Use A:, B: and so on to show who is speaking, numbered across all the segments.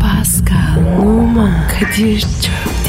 A: Pascal, Oman, Kadir çok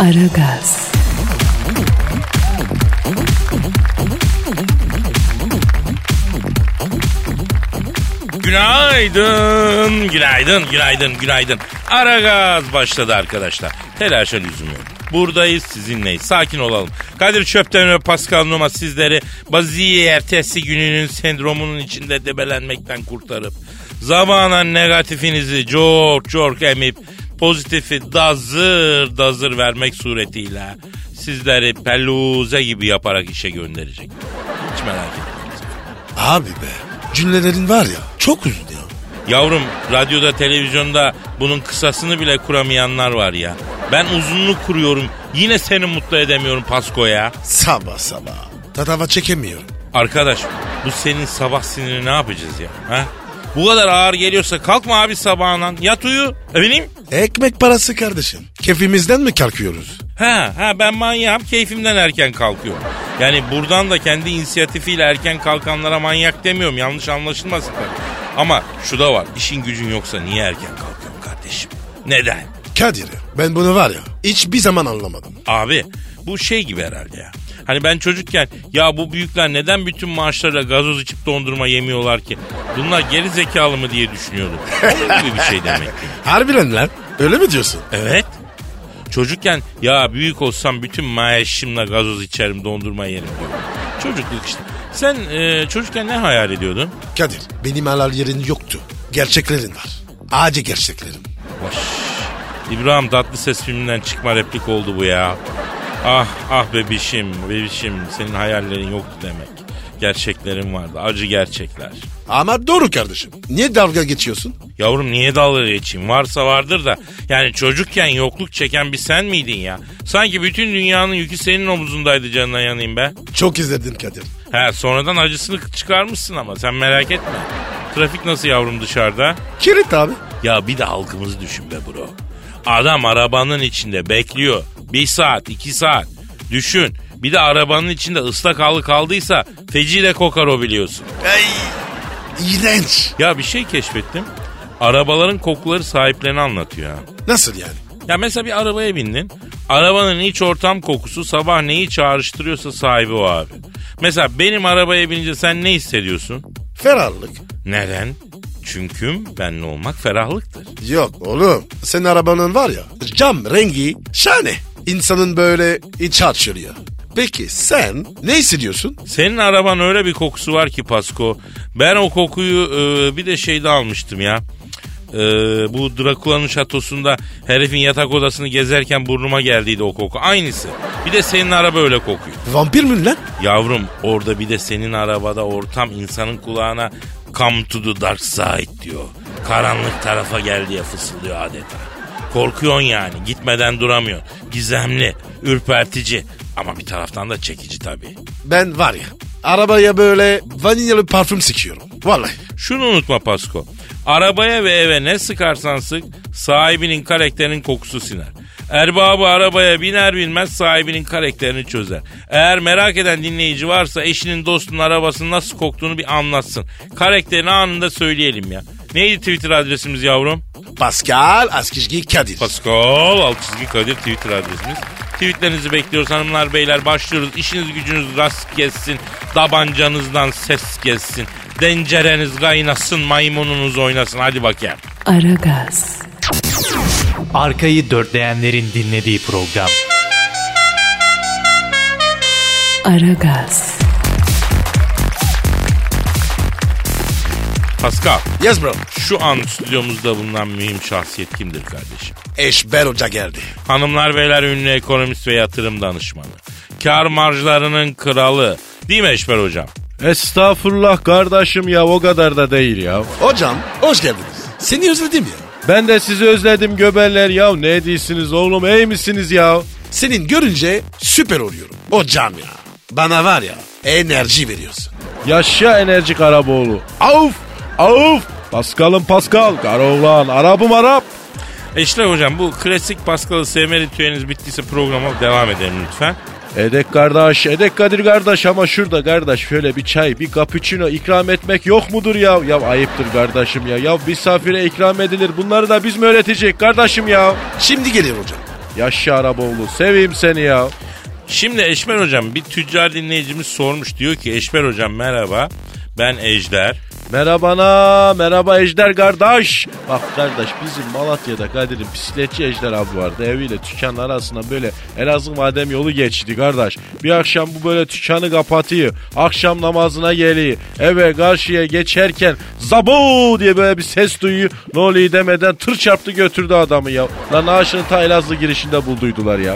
A: Aragaz,
B: Günaydın, günaydın, günaydın, günaydın. Ara gaz başladı arkadaşlar. Telaşa lüzum yok. Buradayız sizinleyiz. Sakin olalım. Kadir Çöpten ve Pascal Numa sizleri baziye ertesi gününün sendromunun içinde debelenmekten kurtarıp zamanen negatifinizi çok çok emip pozitifi dazır dazır vermek suretiyle sizleri peluze gibi yaparak işe gönderecek. Hiç merak etmeyin.
C: Abi be. Cümlelerin var ya çok uzun ya.
B: Yavrum radyoda televizyonda bunun kısasını bile kuramayanlar var ya. Ben uzunluğu kuruyorum yine seni mutlu edemiyorum Pasko ya.
C: Sabah sabah. Tatava çekemiyorum.
B: Arkadaş bu senin sabah sinirini ne yapacağız ya? Ha? Bu kadar ağır geliyorsa kalkma abi sabahından yat uyu. Efendim?
C: Ekmek parası kardeşim. Kefimizden mi kalkıyoruz?
B: Ha, ha ben manyağım keyfimden erken kalkıyorum. Yani buradan da kendi inisiyatifiyle erken kalkanlara manyak demiyorum yanlış anlaşılmasın tabii. Ama şu da var işin gücün yoksa niye erken kalkıyorsun kardeşim? Neden?
C: Kadir ben bunu var ya hiçbir zaman anlamadım.
B: Abi bu şey gibi herhalde ya. Hani ben çocukken ya bu büyükler neden bütün maaşlarıyla gazoz içip dondurma yemiyorlar ki? Bunlar geri zekalı mı diye düşünüyordum. Onun gibi bir şey demek ki.
C: Harbiden lan. Öyle mi diyorsun?
B: Evet. Çocukken ya büyük olsam bütün maaşımla gazoz içerim dondurma yerim diyordum. Çocukluk işte. Sen e, çocukken ne hayal ediyordun?
C: Kadir benim halal yerin yoktu. Gerçeklerin var. Acı gerçeklerim.
B: Baş. İbrahim Tatlıses filminden çıkma replik oldu bu ya. Ah ah bebişim bebişim senin hayallerin yoktu demek. Gerçeklerin vardı acı gerçekler.
C: Ama doğru kardeşim. Niye dalga geçiyorsun?
B: Yavrum niye dalga geçeyim varsa vardır da yani çocukken yokluk çeken bir sen miydin ya? Sanki bütün dünyanın yükü senin omuzundaydı canına yanayım be.
C: Çok izledin Kadir.
B: He sonradan acısını çıkarmışsın ama sen merak etme. Trafik nasıl yavrum dışarıda?
C: Kirit abi.
B: Ya bir de halkımızı düşün be bro. Adam arabanın içinde bekliyor. Bir saat, iki saat. Düşün. Bir de arabanın içinde ıslak halı kaldıysa feciyle kokar o biliyorsun.
C: İğrenç.
B: Ya bir şey keşfettim. Arabaların kokuları sahiplerini anlatıyor ha.
C: Nasıl yani?
B: Ya mesela bir arabaya bindin. Arabanın iç ortam kokusu sabah neyi çağrıştırıyorsa sahibi o abi. Mesela benim arabaya binince sen ne hissediyorsun?
C: Ferahlık.
B: Neden? Çünkü benle olmak ferahlıktır.
C: Yok oğlum. Senin arabanın var ya cam rengi şahane. İnsanın böyle iç açılıyor. Peki sen ne hissediyorsun?
B: Senin araban öyle bir kokusu var ki Pasko. Ben o kokuyu e, bir de şeyde almıştım ya. E, bu Drakula'nın şatosunda herifin yatak odasını gezerken burnuma geldiydi o koku. Aynısı. Bir de senin araba öyle kokuyor.
C: Vampir mi lan?
B: Yavrum orada bir de senin arabada ortam insanın kulağına come to the dark side diyor. Karanlık tarafa gel diye fısıldıyor adeta. Korkuyorsun yani gitmeden duramıyorsun. Gizemli, ürpertici ama bir taraftan da çekici tabii.
C: Ben var ya arabaya böyle vanilyalı parfüm sıkıyorum. Vallahi.
B: Şunu unutma Pasko. Arabaya ve eve ne sıkarsan sık sahibinin karakterinin kokusu siner. Erbabı arabaya biner binmez sahibinin karakterini çözer. Eğer merak eden dinleyici varsa eşinin dostunun arabasının nasıl koktuğunu bir anlatsın. Karakterini anında söyleyelim ya. Neydi Twitter adresimiz yavrum?
C: Pascal Askizgi Kadir.
B: Pascal alt çizgi Kadir Twitter adresimiz. Tweetlerinizi bekliyoruz hanımlar beyler başlıyoruz. İşiniz gücünüz rast gelsin. Dabancanızdan ses gelsin. Dencereniz kaynasın maymununuz oynasın hadi bakayım.
A: Aragaz,
D: Arkayı dörtleyenlerin dinlediği program.
A: Aragaz,
B: Pascal
C: yes bro.
B: şu an stüdyomuzda bulunan mühim şahsiyet kimdir kardeşim?
C: Eşber Hoca geldi.
B: Hanımlar beyler ünlü ekonomist ve yatırım danışmanı. Kar marjlarının kralı değil mi Eşber hocam?
E: Estağfurullah kardeşim ya o kadar da değil ya.
C: Hocam hoş geldiniz. Seni özledim ya.
E: Ben de sizi özledim göberler ya. Ne değilsiniz oğlum iyi misiniz ya?
C: Senin görünce süper oluyorum. O camia. Bana var ya enerji veriyorsun.
E: Yaşa enerji Karaboğlu. Avf! Avf! Paskal'ım Paskal. Karoğlan. Arap'ım Arap.
B: E İşte hocam bu klasik Paskal'ı sevme ritüeliniz bittiyse programa devam edelim lütfen.
E: Edek kardeş, Edek Kadir kardeş ama şurada kardeş şöyle bir çay, bir cappuccino ikram etmek yok mudur ya? Ya ayıptır kardeşim ya. Ya misafire ikram edilir. Bunları da biz mi öğretecek kardeşim ya?
C: Şimdi geliyor hocam.
E: Yaşa Araboğlu. Seveyim seni ya.
B: Şimdi Eşmer hocam bir tüccar dinleyicimiz sormuş diyor ki Eşmer hocam merhaba ben Ejder.
E: Merhabana, merhaba Ejder kardeş. Bak kardeş bizim Malatya'da Kadir'in bisikletçi Ejder abi vardı. Eviyle dükkanın arasında böyle Elazığ madem yolu geçti kardeş. Bir akşam bu böyle dükkanı kapatıyor. Akşam namazına geliyor. Eve karşıya geçerken zabu diye böyle bir ses duyuyor. Ne oluyor demeden tır çarptı götürdü adamı ya. Lan ağaçını ta Elazığ girişinde bulduydular ya.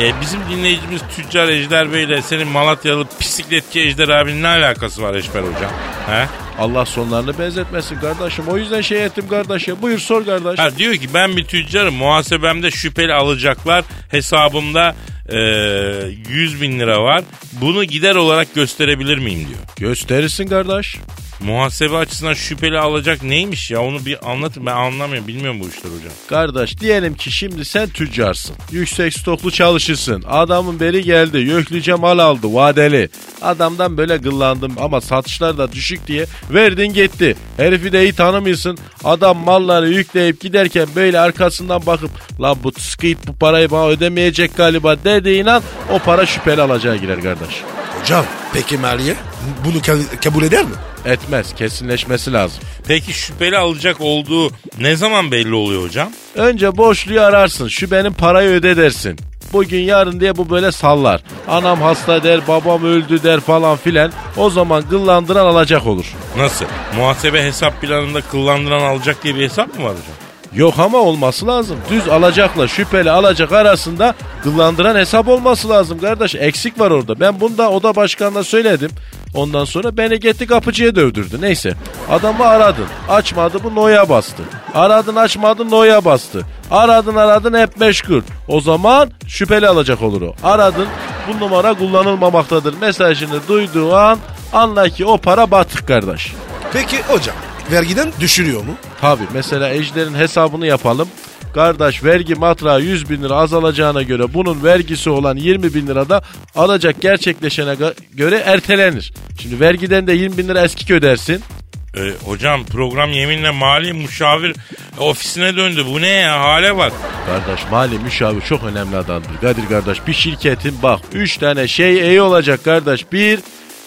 B: E, bizim dinleyicimiz tüccar Ejder Bey ile senin Malatyalı bisikletçi Ejder abinin ne alakası var Eşmer hocam? He?
E: Allah sonlarını benzetmesin kardeşim. O yüzden şey ettim kardeş ya. Buyur sor kardeş.
B: Ha, diyor ki ben bir tüccarım muhasebemde şüpheli alacaklar hesabımda e, 100 bin lira var bunu gider olarak gösterebilir miyim diyor.
E: Gösterirsin kardeş.
B: Muhasebe açısından şüpheli alacak neymiş ya onu bir anlatın ben anlamıyorum bilmiyorum bu işleri hocam.
E: Kardeş diyelim ki şimdi sen tüccarsın. Yüksek stoklu çalışırsın. Adamın beri geldi. Yüklüce mal aldı. Vadeli. Adamdan böyle gıllandım ama satışlar da düşük diye verdin gitti. Herifi de iyi tanımıyorsun. Adam malları yükleyip giderken böyle arkasından bakıp lan bu skip bu parayı bana ödemeyecek galiba dediğin an o para şüpheli alacağı girer kardeş.
C: Hocam peki maliye bunu ka- kabul eder mi?
E: Etmez. Kesinleşmesi lazım.
B: Peki şüpheli alacak olduğu ne zaman belli oluyor hocam?
E: Önce borçluyu ararsın. Şu benim parayı öde dersin. Bugün yarın diye bu böyle sallar. Anam hasta der, babam öldü der falan filan. O zaman gıllandıran alacak olur.
B: Nasıl? Muhasebe hesap planında kıllandıran alacak diye bir hesap mı var hocam?
E: Yok ama olması lazım. Düz alacakla şüpheli alacak arasında gıllandıran hesap olması lazım kardeş. Eksik var orada. Ben bunu da oda başkanına söyledim. Ondan sonra beni gitti kapıcıya dövdürdü. Neyse. Adamı aradın. Açmadı bu noya bastı. Aradın açmadı noya bastı. Aradın aradın hep meşgul. O zaman şüpheli alacak olur o. Aradın bu numara kullanılmamaktadır. Mesajını duyduğu an anla ki o para batık kardeş.
C: Peki hocam vergiden düşürüyor mu?
E: Tabi mesela Ejder'in hesabını yapalım. Kardeş vergi matrağı 100 bin lira azalacağına göre bunun vergisi olan 20 bin lira da alacak gerçekleşene ga- göre ertelenir. Şimdi vergiden de 20 bin lira eskik ödersin.
B: E, hocam program yeminle mali müşavir ofisine döndü. Bu ne ya hale bak.
E: Kardeş mali müşavir çok önemli adamdır. Kadir kardeş bir şirketin bak 3 tane şey iyi olacak kardeş. Bir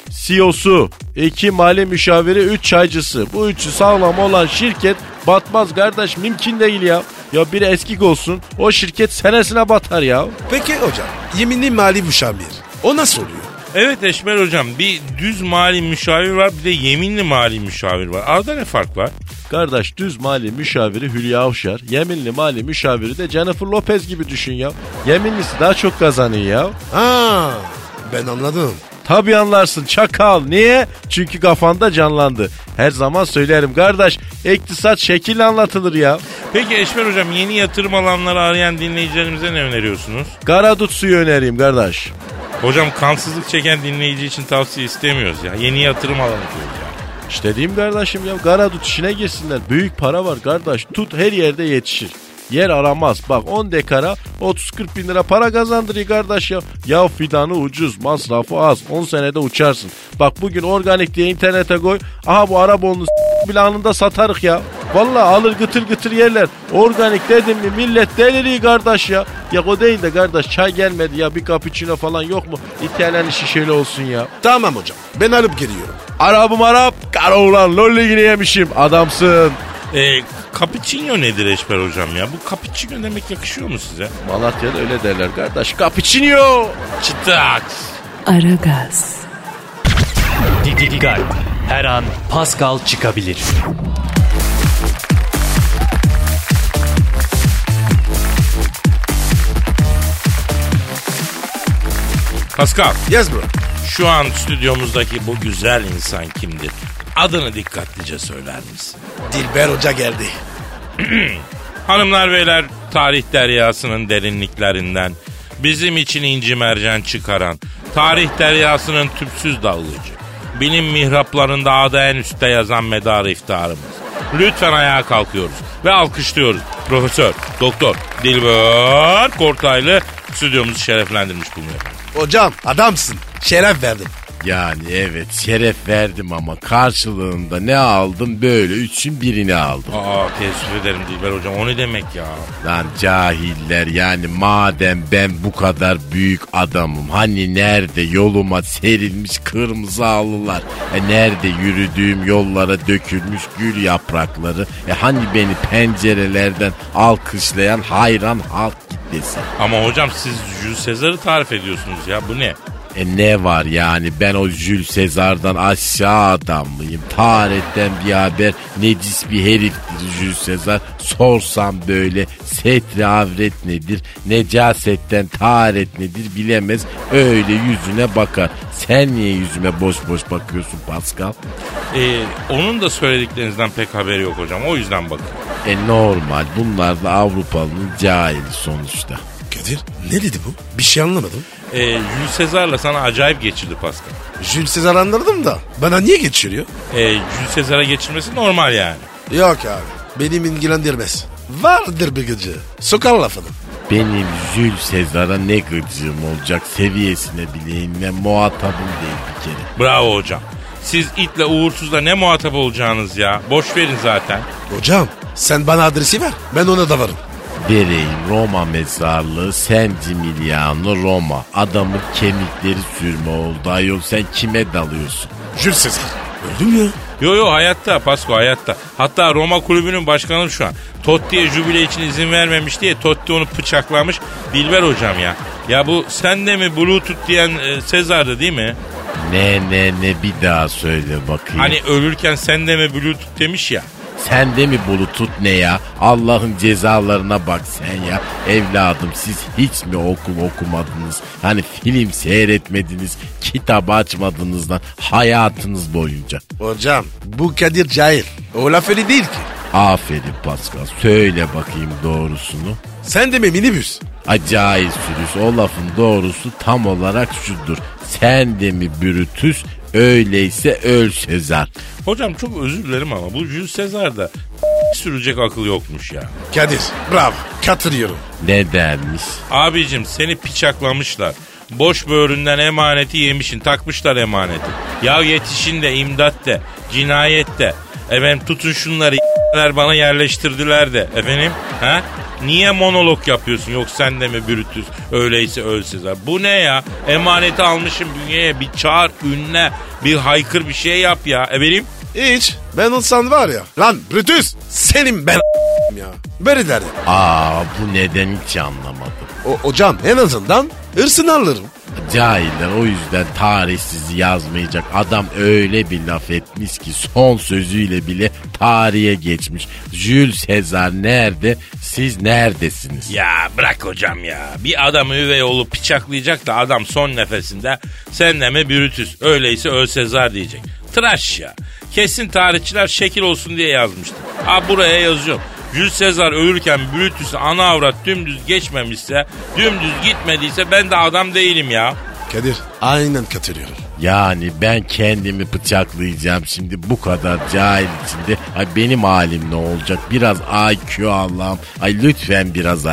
E: CEO'su, iki mali müşaviri, üç çaycısı. Bu üçü sağlam olan şirket batmaz kardeş mümkün değil ya. Ya biri eskik olsun o şirket senesine batar ya.
C: Peki hocam yeminli mali müşavir. O nasıl oluyor?
B: Evet Eşmer hocam bir düz mali müşavir var bir de yeminli mali müşavir var. Arada ne fark var?
E: Kardeş düz mali müşaviri Hülya Avşar, yeminli mali müşaviri de Jennifer Lopez gibi düşün ya. Yeminlisi daha çok kazanıyor ya.
C: Ha ben anladım.
E: Tabi anlarsın çakal. Niye? Çünkü kafanda canlandı. Her zaman söylerim kardeş. iktisat şekil anlatılır ya.
B: Peki Eşmer hocam yeni yatırım alanları arayan dinleyicilerimize ne öneriyorsunuz?
E: Karadut suyu önereyim kardeş.
B: Hocam kansızlık çeken dinleyici için tavsiye istemiyoruz ya. Yeni yatırım alanı diyoruz ya.
E: İşte diyeyim kardeşim ya Karadut işine girsinler. Büyük para var kardeş. Tut her yerde yetişir. Yer aramaz. Bak 10 dekara 30-40 bin lira para kazandırıyor kardeş ya. Ya fidanı ucuz, masrafı az. 10 senede uçarsın. Bak bugün organik diye internete koy. Aha bu Araboğlu'nu s- bile anında satarık ya. Valla alır gıtır gıtır yerler. Organik dedim mi millet deliriyor kardeş ya. Ya o değil de kardeş çay gelmedi ya bir cappuccino falan yok mu? İtalyan şişeli olsun ya.
C: Tamam hocam ben alıp geliyorum.
E: Arabım Arap, kara ulan lolli yine yemişim. Adamsın.
B: E, cappuccino nedir Eşmer hocam ya? Bu cappuccino demek yakışıyor mu size?
E: Malatya'da öyle derler kardeş. Cappuccino.
B: Çıtaks.
A: Aragaz,
D: Didi Dikkat. Her an Pascal çıkabilir.
B: Pascal
C: Yes bro.
B: şu an stüdyomuzdaki bu güzel insan kimdir? Adını dikkatlice söyler misin?
C: Dilber Hoca geldi.
B: Hanımlar beyler tarih deryasının derinliklerinden bizim için inci mercan çıkaran tarih deryasının tüpsüz dalgıcı. Bilim mihraplarında adı en üstte yazan medar iftiharımız. Lütfen ayağa kalkıyoruz ve alkışlıyoruz. Profesör, doktor Dilber Kortaylı stüdyomuzu şereflendirmiş bulunuyor.
C: Hocam adamsın. Şeref verdin.
F: Yani evet şeref verdim ama karşılığında ne aldım böyle üçün birini aldım.
B: Aa teessüf ederim Dilber hocam o ne demek ya?
F: Lan cahiller yani madem ben bu kadar büyük adamım hani nerede yoluma serilmiş kırmızı halılar e nerede yürüdüğüm yollara dökülmüş gül yaprakları e hani beni pencerelerden alkışlayan hayran halk kitlesi.
B: Ama hocam siz Jules Caesar'ı tarif ediyorsunuz ya bu ne?
F: E ne var yani ben o Jules Sezar'dan aşağı adam mıyım? Tarihten bir haber necis bir heriftir Jules Sezar. Sorsam böyle setri avret nedir? Necasetten taharet nedir bilemez. Öyle yüzüne bakar. Sen niye yüzüme boş boş bakıyorsun Pascal?
B: Ee, onun da söylediklerinizden pek haberi yok hocam o yüzden bakın.
F: E normal bunlar da Avrupalı'nın cahili sonuçta.
C: Kadir ne dedi bu? Bir şey anlamadım.
B: Ee, Jules Caesar'la sana acayip geçirdi Pascal.
C: Jules Caesar anladım da bana niye geçiriyor?
B: Ee, Jules Caesar'a geçirmesi normal yani.
C: Yok abi benim ilgilendirmez. Vardır bir gıcı. Sokar lafını.
F: Benim Jules Sezar'a ne gıcığım olacak seviyesine bile inme muhatabım değil bir kere.
B: Bravo hocam. Siz itle uğursuzla ne muhatap olacağınız ya. Boş verin zaten.
C: Hocam sen bana adresi ver ben ona da varım.
F: Vereyim Roma mezarlığı San Gimignano Roma. Adamın kemikleri sürme oldu ayol sen kime dalıyorsun?
C: Jules Caesar. Öldü mü ya?
B: Yo yo hayatta Pasko hayatta. Hatta Roma kulübünün başkanı şu an. Totti'ye jübile için izin vermemiş diye Totti onu bıçaklamış. Dilber hocam ya. Ya bu sen de mi Bluetooth diyen e, Sezar'dı değil mi?
F: Ne ne ne bir daha söyle bakayım.
B: Hani ölürken sen de mi Bluetooth demiş ya.
F: Sen de mi bulutut ne ya? Allah'ın cezalarına bak sen ya. Evladım siz hiç mi okul okumadınız? Hani film seyretmediniz, kitap açmadınız lan hayatınız boyunca.
C: Hocam bu Kadir cahil. O laf öyle değil ki.
F: Aferin Pascal söyle bakayım doğrusunu.
C: Sen de mi minibüs?
F: Acayip sürüş o lafın doğrusu tam olarak şudur. Sen de mi Brutus öyleyse öl Sezar.
B: Hocam çok özür dilerim ama bu Jules Caesar'da sürülecek akıl yokmuş ya.
C: Kadir bravo katılıyorum.
F: Ne dermiş?
B: Abicim seni piçaklamışlar. Boş böğründen emaneti yemişin. Takmışlar emaneti. Ya yetişin de imdat de. Cinayet de. Efendim tutun şunları y**ler bana yerleştirdiler de. Efendim ha? Niye monolog yapıyorsun? Yok sen de mi Brutus? Öyleyse öl Sezar. Bu ne ya? Emaneti almışım bünyeye. Bir çağır, ünle, bir haykır bir şey yap ya. Efendim?
C: Hiç ben olsan var ya. Lan Brutus senin ben ya. Böyle derdim.
F: Aa bu neden hiç anlamadım.
C: O, hocam en azından hırsını alırım.
F: Cahiller o yüzden tarihsizi yazmayacak. Adam öyle bir laf etmiş ki son sözüyle bile tarihe geçmiş. Jules Sezar nerede? Siz neredesiniz?
B: Ya bırak hocam ya. Bir adam üvey olup bıçaklayacak da adam son nefesinde sen de mi Brutus? Öyleyse öl Sezar diyecek. Tıraş ya. Kesin tarihçiler şekil olsun diye yazmıştı. Ha buraya yazıyorum. Jules Sezar ölürken Brutus'u ana avrat dümdüz geçmemişse, dümdüz gitmediyse ben de adam değilim ya.
C: Kadir aynen katılıyorum.
F: Yani ben kendimi bıçaklayacağım şimdi bu kadar cahil içinde. Ay benim halim ne olacak? Biraz IQ Allah'ım. Ay lütfen biraz IQ.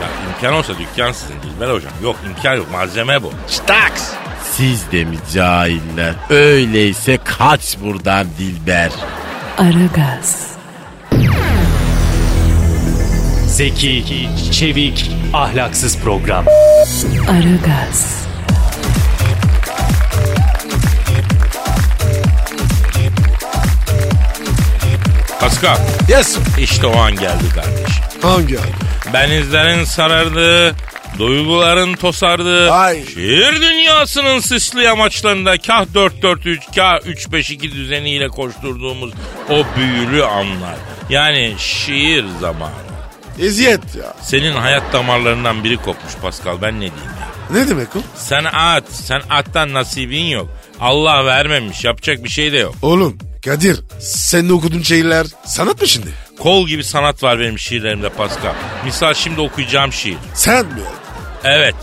B: Ya imkan olsa dükkan sizin Dilber hocam. Yok imkan yok malzeme bu.
C: Staks.
F: Siz de mi cahiller? Öyleyse kaç buradan Dilber.
A: Aragaz,
D: Zeki, çevik, ahlaksız program.
A: Aragaz,
B: Pascal
C: Yes.
B: işte o an geldi kardeşim.
C: Hangi abi?
B: Benizlerin sarardığı, duyguların tosardığı,
C: Ay.
B: şiir dünyasının sisli yamaçlarında kah 4-4-3, kah 3-5-2 düzeniyle koşturduğumuz o büyülü anlar. Yani şiir zamanı.
C: Eziyet ya.
B: Senin hayat damarlarından biri kopmuş Pascal ben ne diyeyim ya.
C: Ne demek o?
B: Sen at, sen attan nasibin yok. Allah vermemiş, yapacak bir şey de yok.
C: Oğlum Kadir senin okuduğun şeyler sanat mı şimdi?
B: Kol gibi sanat var benim şiirlerimde Pascal. Misal şimdi okuyacağım şiir.
C: Sen mi?
B: Evet.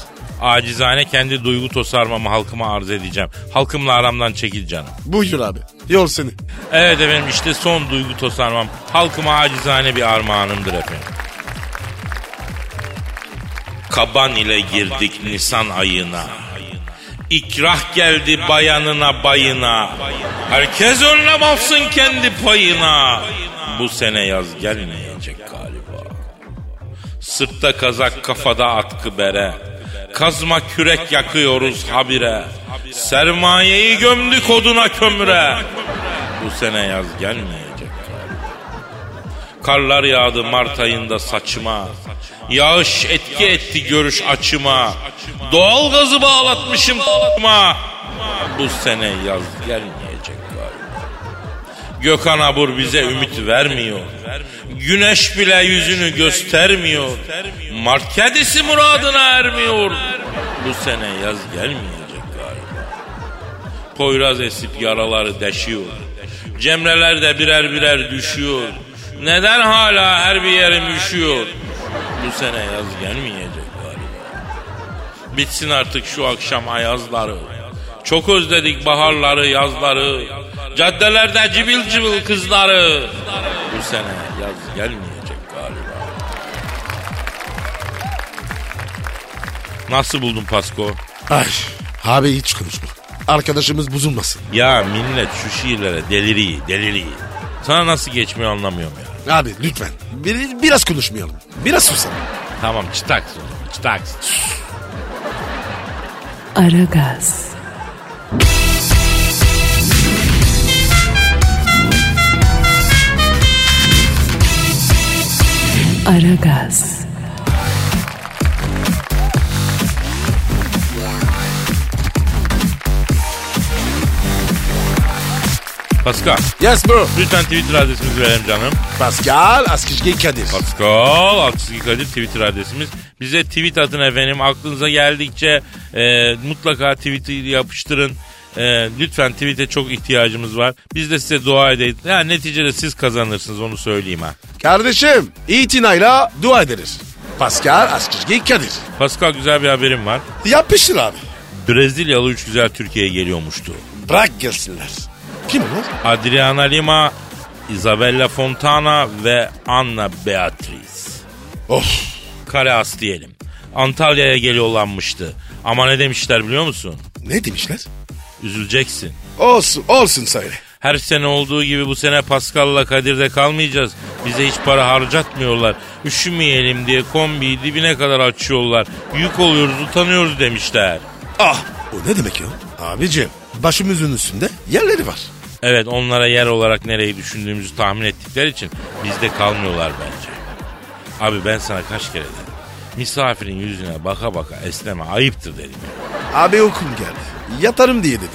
B: Acizane kendi duygu tosarmamı halkıma arz edeceğim. Halkımla aramdan çekil canım.
C: Buyur abi. Yol seni.
B: Evet efendim işte son duygu tosarmam. Halkıma acizane bir armağanımdır efendim. Kaban ile girdik Nisan ayına. İkrah geldi bayanına bayına. Herkes önüne baksın kendi payına. Bu sene yaz gelmeyecek galiba. Sırtta kazak kafada atkı bere. Kazma kürek yakıyoruz habire. Sermayeyi gömdük oduna kömüre. Bu sene yaz gelmeyecek galiba. Karlar yağdı Mart ayında saçıma. Yağış etki etti görüş açıma. Doğal gazı bağlatmışım ma. Bu sene yaz gelmeyecek galiba. Gökhan Abur bize ümit vermiyor. Güneş bile yüzünü göstermiyor. Mart kedisi muradına ermiyor. Bu sene yaz gelmeyecek galiba. Poyraz esip yaraları deşiyor. Cemreler de birer birer düşüyor. Neden hala her bir yerim üşüyor? Bu sene yaz gelmeyecek galiba. Bitsin artık şu akşam ayazları. Çok özledik baharları, yazları. Caddelerde cıvıl cıvıl kızları. Bu sene yaz gelmeyecek galiba. Nasıl buldun Pasko?
C: Ay abi hiç konuşma. Arkadaşımız bozulmasın.
B: Ya millet şu şiirlere deliriyi deliriyi. Sana nasıl geçmiyor anlamıyorum ya.
C: Abi lütfen. Bir, biraz konuşmayalım. Biraz susalım.
B: Tamam çıtaks o zaman, çıtaks.
A: Aragaz, Aragaz,
B: Pascal
C: Yes bro.
B: lütfen Twitter adresimizi verelim canım.
C: Pascal Askizgi Kadir.
B: Pascal Aksızlık Kadir Twitter adresimiz. Bize tweet atın efendim. Aklınıza geldikçe e, mutlaka tweet'i yapıştırın. E, lütfen tweet'e çok ihtiyacımız var. Biz de size dua edelim. Ya neticede siz kazanırsınız onu söyleyeyim ha.
C: Kardeşim itinayla dua ederiz. Pascal Askizgi Kadir.
B: Pascal güzel bir haberim var.
C: Yapıştır abi.
B: Brezilyalı üç güzel Türkiye'ye geliyormuştu.
C: Bırak gelsinler. Kim bu?
B: Adriana Lima, Isabella Fontana ve Anna Beatriz.
C: Of.
B: Kare as diyelim. Antalya'ya geliyorlanmıştı. Ama ne demişler biliyor musun?
C: Ne demişler?
B: Üzüleceksin.
C: Olsun olsun söyle.
B: Her sene olduğu gibi bu sene Pascal'la Kadir'de kalmayacağız. Bize hiç para harcatmıyorlar. Üşümeyelim diye kombiyi dibine kadar açıyorlar. Yük oluyoruz utanıyoruz demişler.
C: Ah o ne demek ya? Abicim başımızın üstünde yerleri var.
B: Evet onlara yer olarak nereyi düşündüğümüzü tahmin ettikleri için bizde kalmıyorlar bence. Abi ben sana kaç kere dedim. Misafirin yüzüne baka baka esneme ayıptır dedim. ya.
C: Abi okum geldi. Yatarım diye dedim.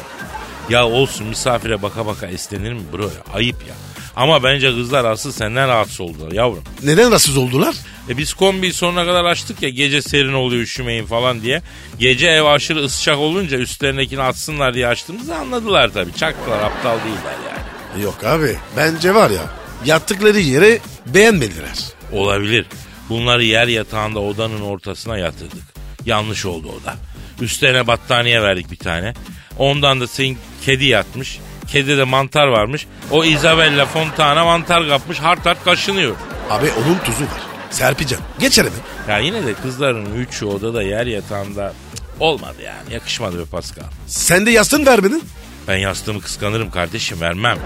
B: Ya olsun misafire baka baka esnenir mi bro ya? ayıp ya. Ama bence kızlar asıl senden rahatsız oldular yavrum.
C: Neden rahatsız oldular?
B: E biz kombiyi sonuna kadar açtık ya gece serin oluyor üşümeyin falan diye. Gece ev aşırı ısıtacak olunca üstlerindekini atsınlar diye açtığımızı anladılar tabii. Çaktılar aptal değiller yani.
C: Yok abi bence var ya yattıkları yeri beğenmediler.
B: Olabilir. Bunları yer yatağında odanın ortasına yatırdık. Yanlış oldu o da. Üstlerine battaniye verdik bir tane. Ondan da senin kedi yatmış. Kedide de mantar varmış. O Isabella Fontana mantar kapmış. Hart hart kaşınıyor.
C: Abi onun tuzu var. Serpicem geçer hemen.
B: Ya yine de kızların üçü odada yer yatağında Cık, olmadı yani. Yakışmadı be Pascal.
C: Sen de yastın vermedin.
B: Ben yastığımı kıskanırım kardeşim vermem.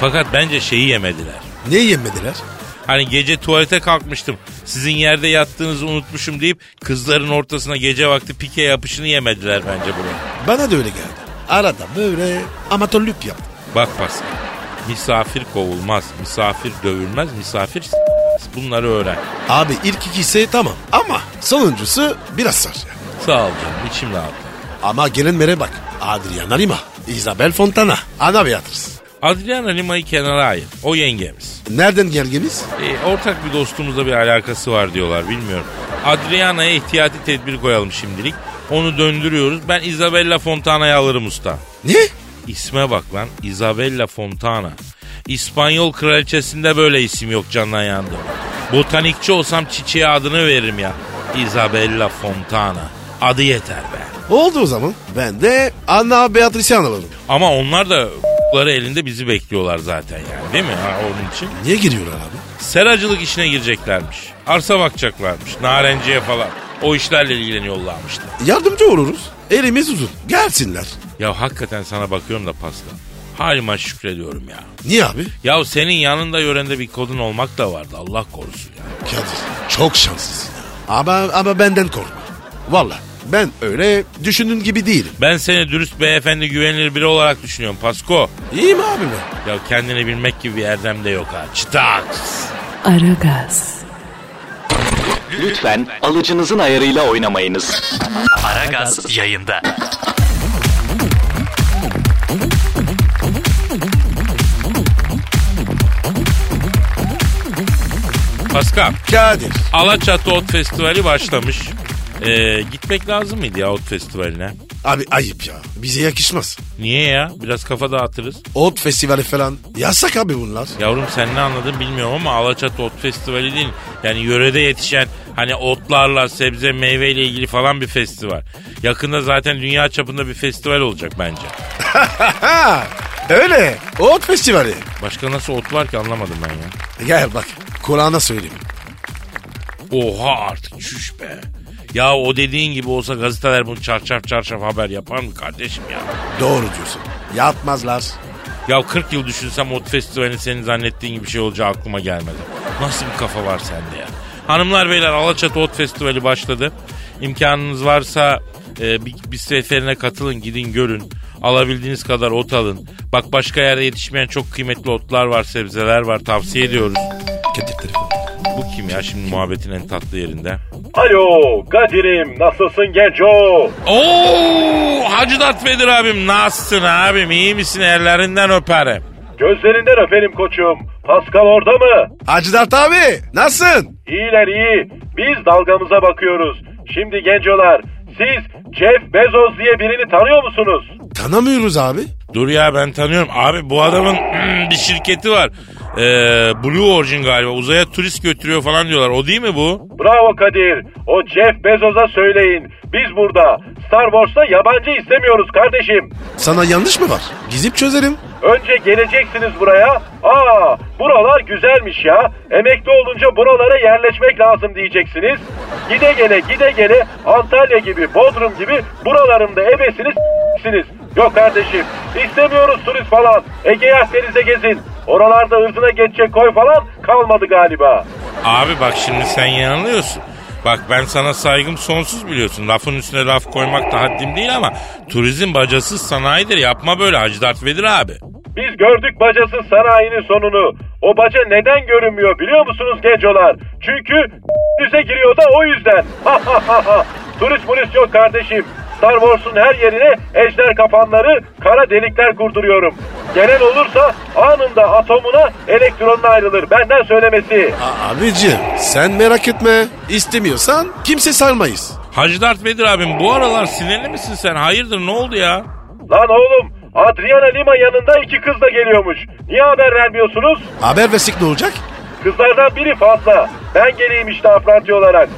B: Fakat bence şeyi yemediler.
C: Niye yemediler?
B: Hani gece tuvalete kalkmıştım. Sizin yerde yattığınızı unutmuşum deyip kızların ortasına gece vakti pike yapışını yemediler bence bunu.
C: Bana da öyle geldi. Arada böyle amatörlük yaptı.
B: Bak Pascal. Misafir kovulmaz, misafir dövülmez, misafir s- bunları öğren.
C: Abi ilk ikisi tamam ama sonuncusu biraz sar.
B: Sağ ol canım içim rahatladı.
C: Ama gelinlere bak. Adriana Lima, Isabel Fontana, Ana Beatriz.
B: Adriana Lima'yı kenara ayır. O yengemiz.
C: Nereden gelgimiz?
B: E, ortak bir dostumuzla bir alakası var diyorlar bilmiyorum. Adriana'ya ihtiyati tedbir koyalım şimdilik. Onu döndürüyoruz. Ben Isabella Fontana'yı alırım usta.
C: Ne?
B: İsme bak lan. Isabella Fontana. İspanyol kraliçesinde böyle isim yok canına yandım. Botanikçi olsam çiçeğe adını veririm ya. Isabella Fontana. Adı yeter be.
C: Oldu o zaman. Ben de Anna Beatrice'i anladım.
B: Ama onlar da ***'ları elinde bizi bekliyorlar zaten yani değil mi? Ha, onun için.
C: Niye giriyorlar abi?
B: Seracılık işine gireceklermiş. Arsa bakacaklarmış. Narenciye falan. O işlerle ilgileniyorlarmıştı.
C: Yardımcı oluruz. Elimiz uzun. Gelsinler.
B: Ya hakikaten sana bakıyorum da Pascal. Halime şükrediyorum ya.
C: Niye abi?
B: Ya senin yanında yörende bir kodun olmak da vardı Allah korusun ya.
C: Kadir çok şanslısın. Ama, ama benden korkma. Valla ben öyle düşündüğün gibi değilim.
B: Ben seni dürüst beyefendi güvenilir biri olarak düşünüyorum Pasko.
C: İyiyim abi ben.
B: Ya kendini bilmek gibi bir erdem de yok ha. Çıtaks.
A: Aragaz,
G: Lütfen alıcınızın ayarıyla oynamayınız.
D: Aragaz yayında.
B: Pascal,
C: Kadir.
B: Alaçatı Ot Festivali başlamış. Ee, gitmek lazım mıydı ya Ot Festivali'ne?
C: Abi ayıp ya. Bize yakışmaz.
B: Niye ya? Biraz kafa dağıtırız.
C: Ot festivali falan. Yasak abi bunlar.
B: Yavrum sen ne anladın bilmiyorum ama Alaçatı Ot Festivali değil. Yani yörede yetişen hani otlarla, sebze, meyveyle ilgili falan bir festival. Yakında zaten dünya çapında bir festival olacak bence.
C: Ha, öyle. Ot festivali.
B: Başka nasıl ot var ki anlamadım ben ya.
C: Gel bak. Kur'an'a söyleyeyim.
B: Oha artık çüş be. Ya o dediğin gibi olsa gazeteler bunu çarçaf çarçaf haber yapar mı kardeşim ya?
C: Doğru diyorsun. Yapmazlar.
B: Ya 40 yıl düşünsem ot festivalinin senin zannettiğin gibi bir şey olacağı aklıma gelmedi. Nasıl bir kafa var sende ya? Hanımlar beyler Alaçatı Ot Festivali başladı. İmkanınız varsa e, bir, bir seferine katılın gidin görün. Alabildiğiniz kadar ot alın. Bak başka yerde yetişmeyen çok kıymetli otlar var, sebzeler var. Tavsiye ediyoruz.
C: Kadir telefon.
B: Bu kim ya şimdi muhabbetin en tatlı yerinde?
E: Alo Kadir'im nasılsın genco?
B: Oo, Hacı Dert Vedir abim nasılsın abim iyi misin ellerinden öperim.
E: Gözlerinden öperim koçum. Pascal orada mı?
C: Hacı Dert abi nasılsın?
E: İyiler iyi. Biz dalgamıza bakıyoruz. Şimdi gencolar siz Jeff Bezos diye birini tanıyor musunuz?
C: Tanımıyoruz abi.
B: Dur ya ben tanıyorum abi bu adamın hmm, bir şirketi var. Ee, Blue Origin galiba uzaya turist götürüyor falan diyorlar o değil mi bu?
E: Bravo Kadir. O Jeff Bezos'a söyleyin. Biz burada Star Wars'ta yabancı istemiyoruz kardeşim.
C: Sana yanlış mı var? Gizip çözerim.
E: Önce geleceksiniz buraya. Aa buralar güzelmiş ya. Emekli olunca buralara yerleşmek lazım diyeceksiniz. Gide gele gide gele Antalya gibi Bodrum gibi buralarımda ebesiniz s**siniz. Yok kardeşim istemiyoruz turist falan. Ege Akdeniz'de gezin. Oralarda hızına geçecek koy falan kalmadı galiba.
B: Abi bak şimdi sen yanılıyorsun. Bak ben sana saygım sonsuz biliyorsun. Lafın üstüne laf koymak da haddim değil ama turizm bacasız sanayidir. Yapma böyle Hacı Dert Vedir abi.
E: Biz gördük bacasız sanayinin sonunu. O baca neden görünmüyor biliyor musunuz gencolar? Çünkü yüze giriyor da o yüzden. Turist polis yok kardeşim. Star Wars'un her yerine ejder kapanları, kara delikler kurduruyorum. Gelen olursa anında atomuna elektronla ayrılır. Benden söylemesi.
C: A- abicim sen merak etme. İstemiyorsan kimse sarmayız.
B: Hacı Dert Vedir abim bu aralar sinirli misin sen? Hayırdır ne oldu ya?
E: Lan oğlum Adriana Lima yanında iki kız da geliyormuş. Niye haber vermiyorsunuz?
C: Haber versek ne olacak?
E: Kızlardan biri fazla. Ben geleyim işte apranti olarak.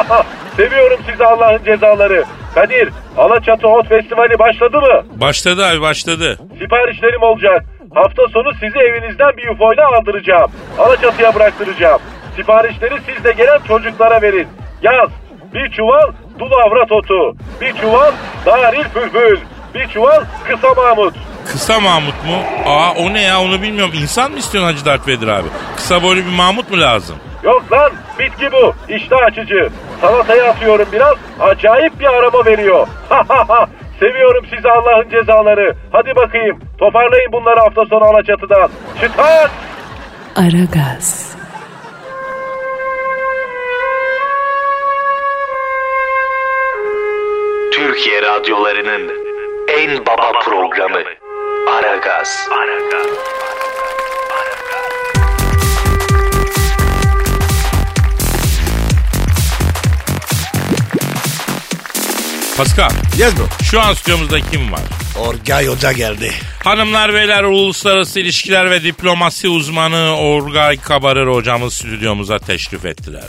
E: Seviyorum sizi Allah'ın cezaları. Kadir, Alaçatı Ot Festivali başladı mı?
B: Başladı abi başladı.
E: Siparişlerim olacak. Hafta sonu sizi evinizden bir UFO ile aldıracağım. Alaçatı'ya bıraktıracağım. Siparişleri siz de gelen çocuklara verin. Yaz. Bir çuval dul avrat otu. Bir çuval daril fülfül. Bir çuval kısa Mahmut.
B: Kısa Mahmut mu? Aa o ne ya onu bilmiyorum. İnsan mı istiyorsun Hacı Dert Vedir abi? Kısa boylu bir Mahmut mu lazım?
E: Yok lan bitki bu. İştah açıcı. Salataya atıyorum biraz. Acayip bir arama veriyor. Seviyorum sizi Allah'ın cezaları. Hadi bakayım. Toparlayın bunları hafta sonu Alaçatı'dan. Çıtak!
A: Aragaz,
G: Türkiye radyolarının en baba programı Aragaz.
B: Pascal
C: Yes bro.
B: şu an stüdyomuzda kim var?
C: Orgay Hoca geldi.
B: Hanımlar beyler uluslararası ilişkiler ve diplomasi uzmanı Orgay Kabarır hocamız stüdyomuza teşrif ettiler.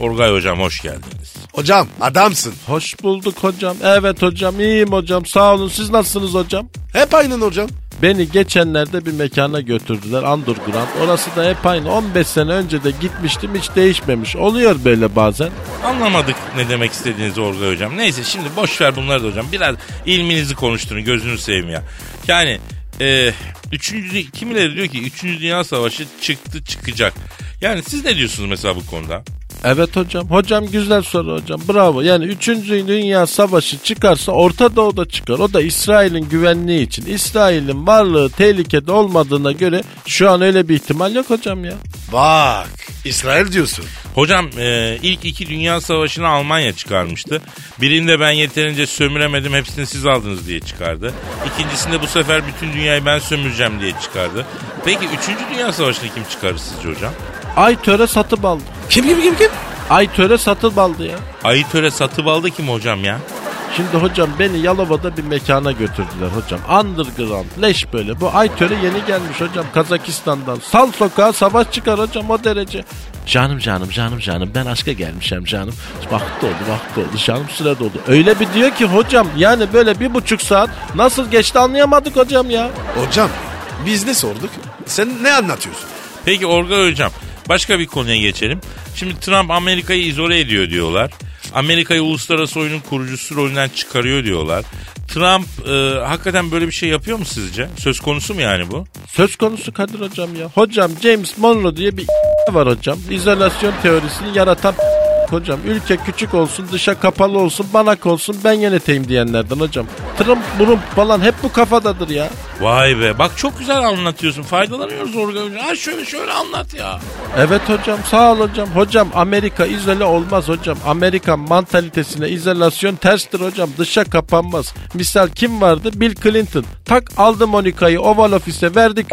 B: Orgay hocam hoş geldiniz.
C: Hocam adamsın.
E: Hoş bulduk hocam. Evet hocam iyiyim hocam sağ olun. Siz nasılsınız hocam?
C: Hep aynen hocam.
E: Beni geçenlerde bir mekana götürdüler underground. Orası da hep aynı 15 sene önce de gitmiştim hiç değişmemiş. Oluyor böyle bazen.
B: Anlamadık ne demek istediğinizi Orgay hocam. Neyse şimdi boş ver bunları da hocam. Biraz ilminizi konuşturun gözünü seveyim ya. Yani e, üçüncü, dü- kimileri diyor ki 3. Dünya Savaşı çıktı çıkacak. Yani siz ne diyorsunuz mesela bu konuda?
E: Evet hocam. Hocam güzel soru hocam. Bravo. Yani 3. Dünya Savaşı çıkarsa Orta Doğu'da çıkar. O da İsrail'in güvenliği için. İsrail'in varlığı tehlikede olmadığına göre şu an öyle bir ihtimal yok hocam ya.
C: Bak İsrail diyorsun.
B: Hocam e, ilk iki dünya savaşını Almanya çıkarmıştı. Birinde ben yeterince sömüremedim hepsini siz aldınız diye çıkardı. İkincisinde bu sefer bütün dünyayı ben sömüreceğim diye çıkardı. Peki üçüncü dünya savaşını kim çıkarır sizce hocam?
E: Ay töre satıp aldı.
C: Kim kim kim kim?
E: Ay töre satıp aldı ya.
B: Ayıtöre satıp aldı kim hocam ya?
E: Şimdi hocam beni Yalova'da bir mekana götürdüler hocam. Underground leş böyle. Bu ay töre yeni gelmiş hocam Kazakistan'dan. Sal sokağa savaş çıkar hocam o derece. Canım canım canım canım ben aşka gelmişim canım. Vakit oldu vakit oldu canım süre doldu. Öyle bir diyor ki hocam yani böyle bir buçuk saat nasıl geçti anlayamadık hocam ya.
C: Hocam biz ne sorduk? Sen ne anlatıyorsun?
B: Peki Orgay hocam başka bir konuya geçelim. Şimdi Trump Amerika'yı izole ediyor diyorlar. Amerika'yı uluslararası oyunun kurucusu rolünden çıkarıyor diyorlar. Trump e, hakikaten böyle bir şey yapıyor mu sizce? Söz konusu mu yani bu?
E: Söz konusu Kadir hocam ya. Hocam James Monroe diye bir var hocam. İzolasyon teorisini yaratan hocam. Ülke küçük olsun, dışa kapalı olsun, banak olsun ben yöneteyim diyenlerden hocam. Trump, Trump falan hep bu kafadadır ya.
B: Vay be bak çok güzel anlatıyorsun. Faydalanıyoruz Orgay hocam. Ha şöyle şöyle anlat ya.
E: Evet hocam sağ ol hocam. Hocam Amerika izole olmaz hocam. Amerikan mantalitesine izolasyon terstir hocam. Dışa kapanmaz. Misal kim vardı? Bill Clinton. Tak aldı Monika'yı Oval Ofis'e verdik.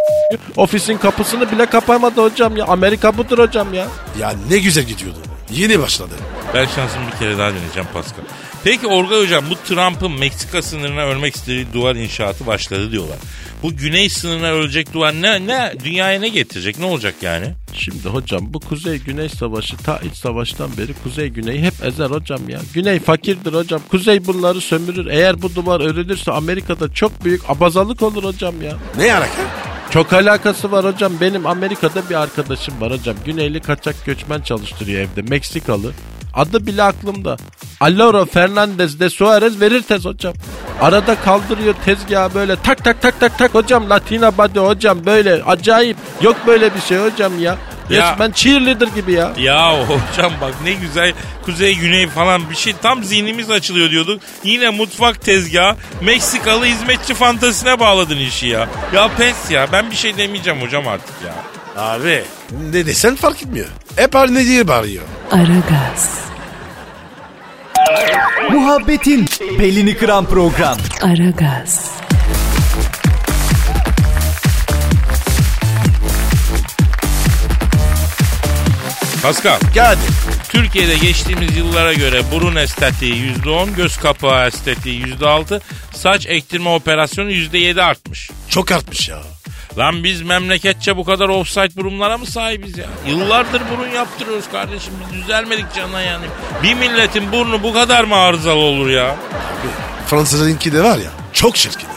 E: Ofisin kapısını bile kapamadı hocam ya. Amerika budur hocam ya.
C: Ya ne güzel gidiyordu. Yeni başladı.
B: Ben şansımı bir kere daha deneyeceğim Pascal. Peki Orgay hocam bu Trump'ın Meksika sınırına örmek istediği duvar inşaatı başladı diyorlar. Bu güney sınırına ölecek duvar ne, ne dünyaya ne getirecek ne olacak yani?
E: Şimdi hocam bu Kuzey Güney Savaşı ta iç savaştan beri Kuzey Güney'i hep ezer hocam ya. Güney fakirdir hocam. Kuzey bunları sömürür. Eğer bu duvar örülürse Amerika'da çok büyük abazalık olur hocam ya.
C: Ne alaka?
E: Çok alakası var hocam. Benim Amerika'da bir arkadaşım var hocam. Güneyli kaçak göçmen çalıştırıyor evde. Meksikalı. Adı bile aklımda. Aloro Fernandez de Suarez Verirtez hocam. Arada kaldırıyor tezgahı böyle tak tak tak tak tak hocam Latina body hocam böyle acayip. Yok böyle bir şey hocam ya.
B: Ya-
E: Resmen cheerleader gibi ya.
B: Ya hocam bak ne güzel kuzey güney falan bir şey tam zihnimiz açılıyor diyorduk. Yine mutfak tezgahı Meksikalı hizmetçi fantasisine bağladın işi ya. Ya pes ya ben bir şey demeyeceğim hocam artık ya.
C: Abi. Ne desen fark etmiyor. Hep aynı diye bağırıyor.
A: Aragaz,
D: Muhabbetin belini kıran program.
A: Aragaz,
B: Pascal
C: Geldi.
B: Türkiye'de geçtiğimiz yıllara göre burun estetiği %10, göz kapağı estetiği %6, saç ektirme operasyonu %7 artmış.
C: Çok artmış ya.
B: Lan biz memleketçe bu kadar offside burunlara mı sahibiz ya? Yıllardır burun yaptırıyoruz kardeşim. Biz düzelmedik canına yani. Bir milletin burnu bu kadar mı arızalı olur ya?
C: Fransızınki de var ya. Çok çirkin.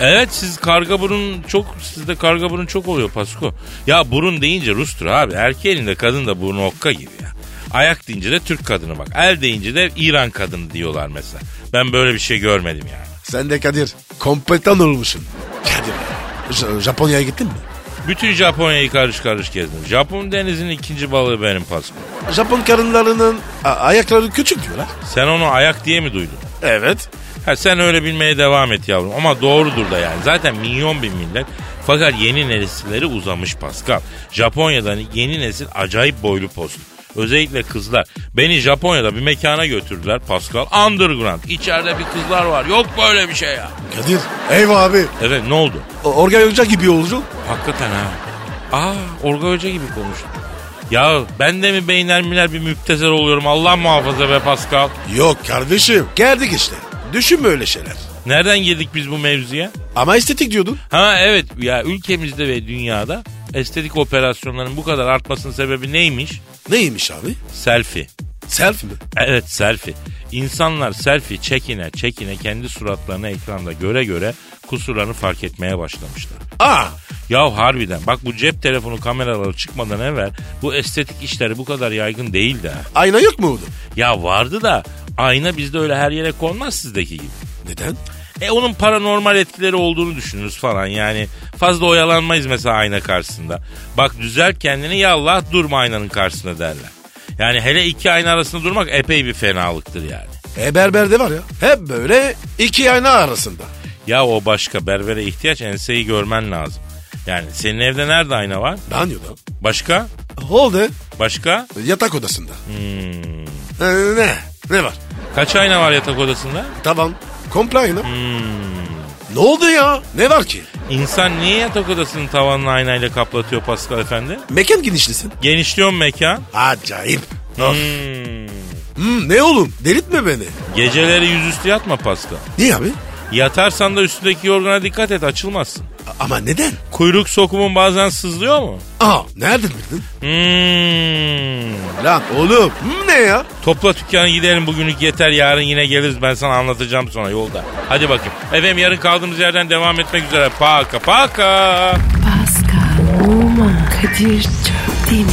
B: Evet siz karga burun çok sizde karga burun çok oluyor Pasko. Ya burun deyince Rus'tur abi. Erkeğin elinde kadın da burnu okka gibi ya. Ayak deyince de Türk kadını bak. El deyince de İran kadını diyorlar mesela. Ben böyle bir şey görmedim yani.
C: Sen de Kadir. Kompetan olmuşsun. Kadir. J- Japonya'ya gittin mi?
B: Bütün Japonya'yı karış karış gezdim. Japon denizinin ikinci balığı benim Pasko.
C: Japon karınlarının a- ayakları küçük diyorlar.
B: Sen onu ayak diye mi duydun?
C: Evet.
B: Ha, sen öyle bilmeye devam et yavrum ama doğrudur da yani. Zaten milyon bir millet. Fakat yeni nesilleri uzamış Pascal. Japonya'dan yeni nesil acayip boylu postlu. Özellikle kızlar. Beni Japonya'da bir mekana götürdüler Pascal. Underground. İçeride bir kızlar var. Yok böyle bir şey ya.
C: Kadir. Eyvah abi.
B: Evet ne oldu?
C: O- Orgay Hoca gibi oldu.
B: Hakikaten ha. Aa Orga Hoca gibi konuştu. Ya ben de mi beyner miler bir müptezel oluyorum Allah muhafaza be Pascal.
C: Yok kardeşim. Geldik işte. Düşünme öyle şeyler.
B: Nereden girdik biz bu mevzuya?
C: Ama estetik diyordun.
B: Ha evet ya ülkemizde ve dünyada estetik operasyonların bu kadar artmasının sebebi neymiş?
C: Neymiş abi?
B: Selfie.
C: Selfie mi?
B: Evet selfie. İnsanlar selfie çekine çekine kendi suratlarını ekranda göre göre kusurlarını fark etmeye başlamışlar.
C: Aa
B: Ya harbiden bak bu cep telefonu kameraları çıkmadan evvel bu estetik işleri bu kadar yaygın değildi ha.
C: ayna yok mu orada?
B: Ya vardı da ayna bizde öyle her yere konmaz sizdeki gibi.
C: Neden?
B: E onun paranormal etkileri olduğunu düşünürüz falan yani. Fazla oyalanmayız mesela ayna karşısında. Bak düzelt kendini ya Allah durma aynanın karşısında derler. Yani hele iki ayna arasında durmak epey bir fenalıktır yani.
C: E berberde var ya. Hep böyle iki ayna arasında.
B: Ya o başka berbere ihtiyaç enseyi görmen lazım. Yani senin evde nerede ayna var?
C: Banyoda.
B: Başka?
C: Oldu.
B: Başka?
C: Yatak odasında. E, ne? Ne var?
B: Kaç ayna var yatak odasında?
C: Tamam. Komple ayna. Ne oldu ya? Ne var ki?
B: İnsan niye yatak odasını tavanla aynayla kaplatıyor Pascal efendi?
C: Mekan genişlisin.
B: Genişliyor mu mekan?
C: Acayip. Of.
B: Hmm.
C: Hmm, ne oğlum? Delirtme beni.
B: Geceleri yüzüstü yatma Pascal.
C: Niye abi?
B: Yatarsan da üstündeki yorgana dikkat et açılmazsın.
C: A- ama neden?
B: Kuyruk sokumun bazen sızlıyor mu?
C: Aa nereden bildin?
B: Hmm.
C: Lan oğlum. hmm, ne ya?
B: Topla dükkanı gidelim bugünlük yeter yarın yine geliriz ben sana anlatacağım sonra yolda. Hadi bakayım. Efendim yarın kaldığımız yerden devam etmek üzere. Paka paka.
A: Pascal, Oman, Kadir çok değil mi?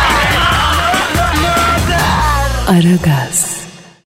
A: Aragaz.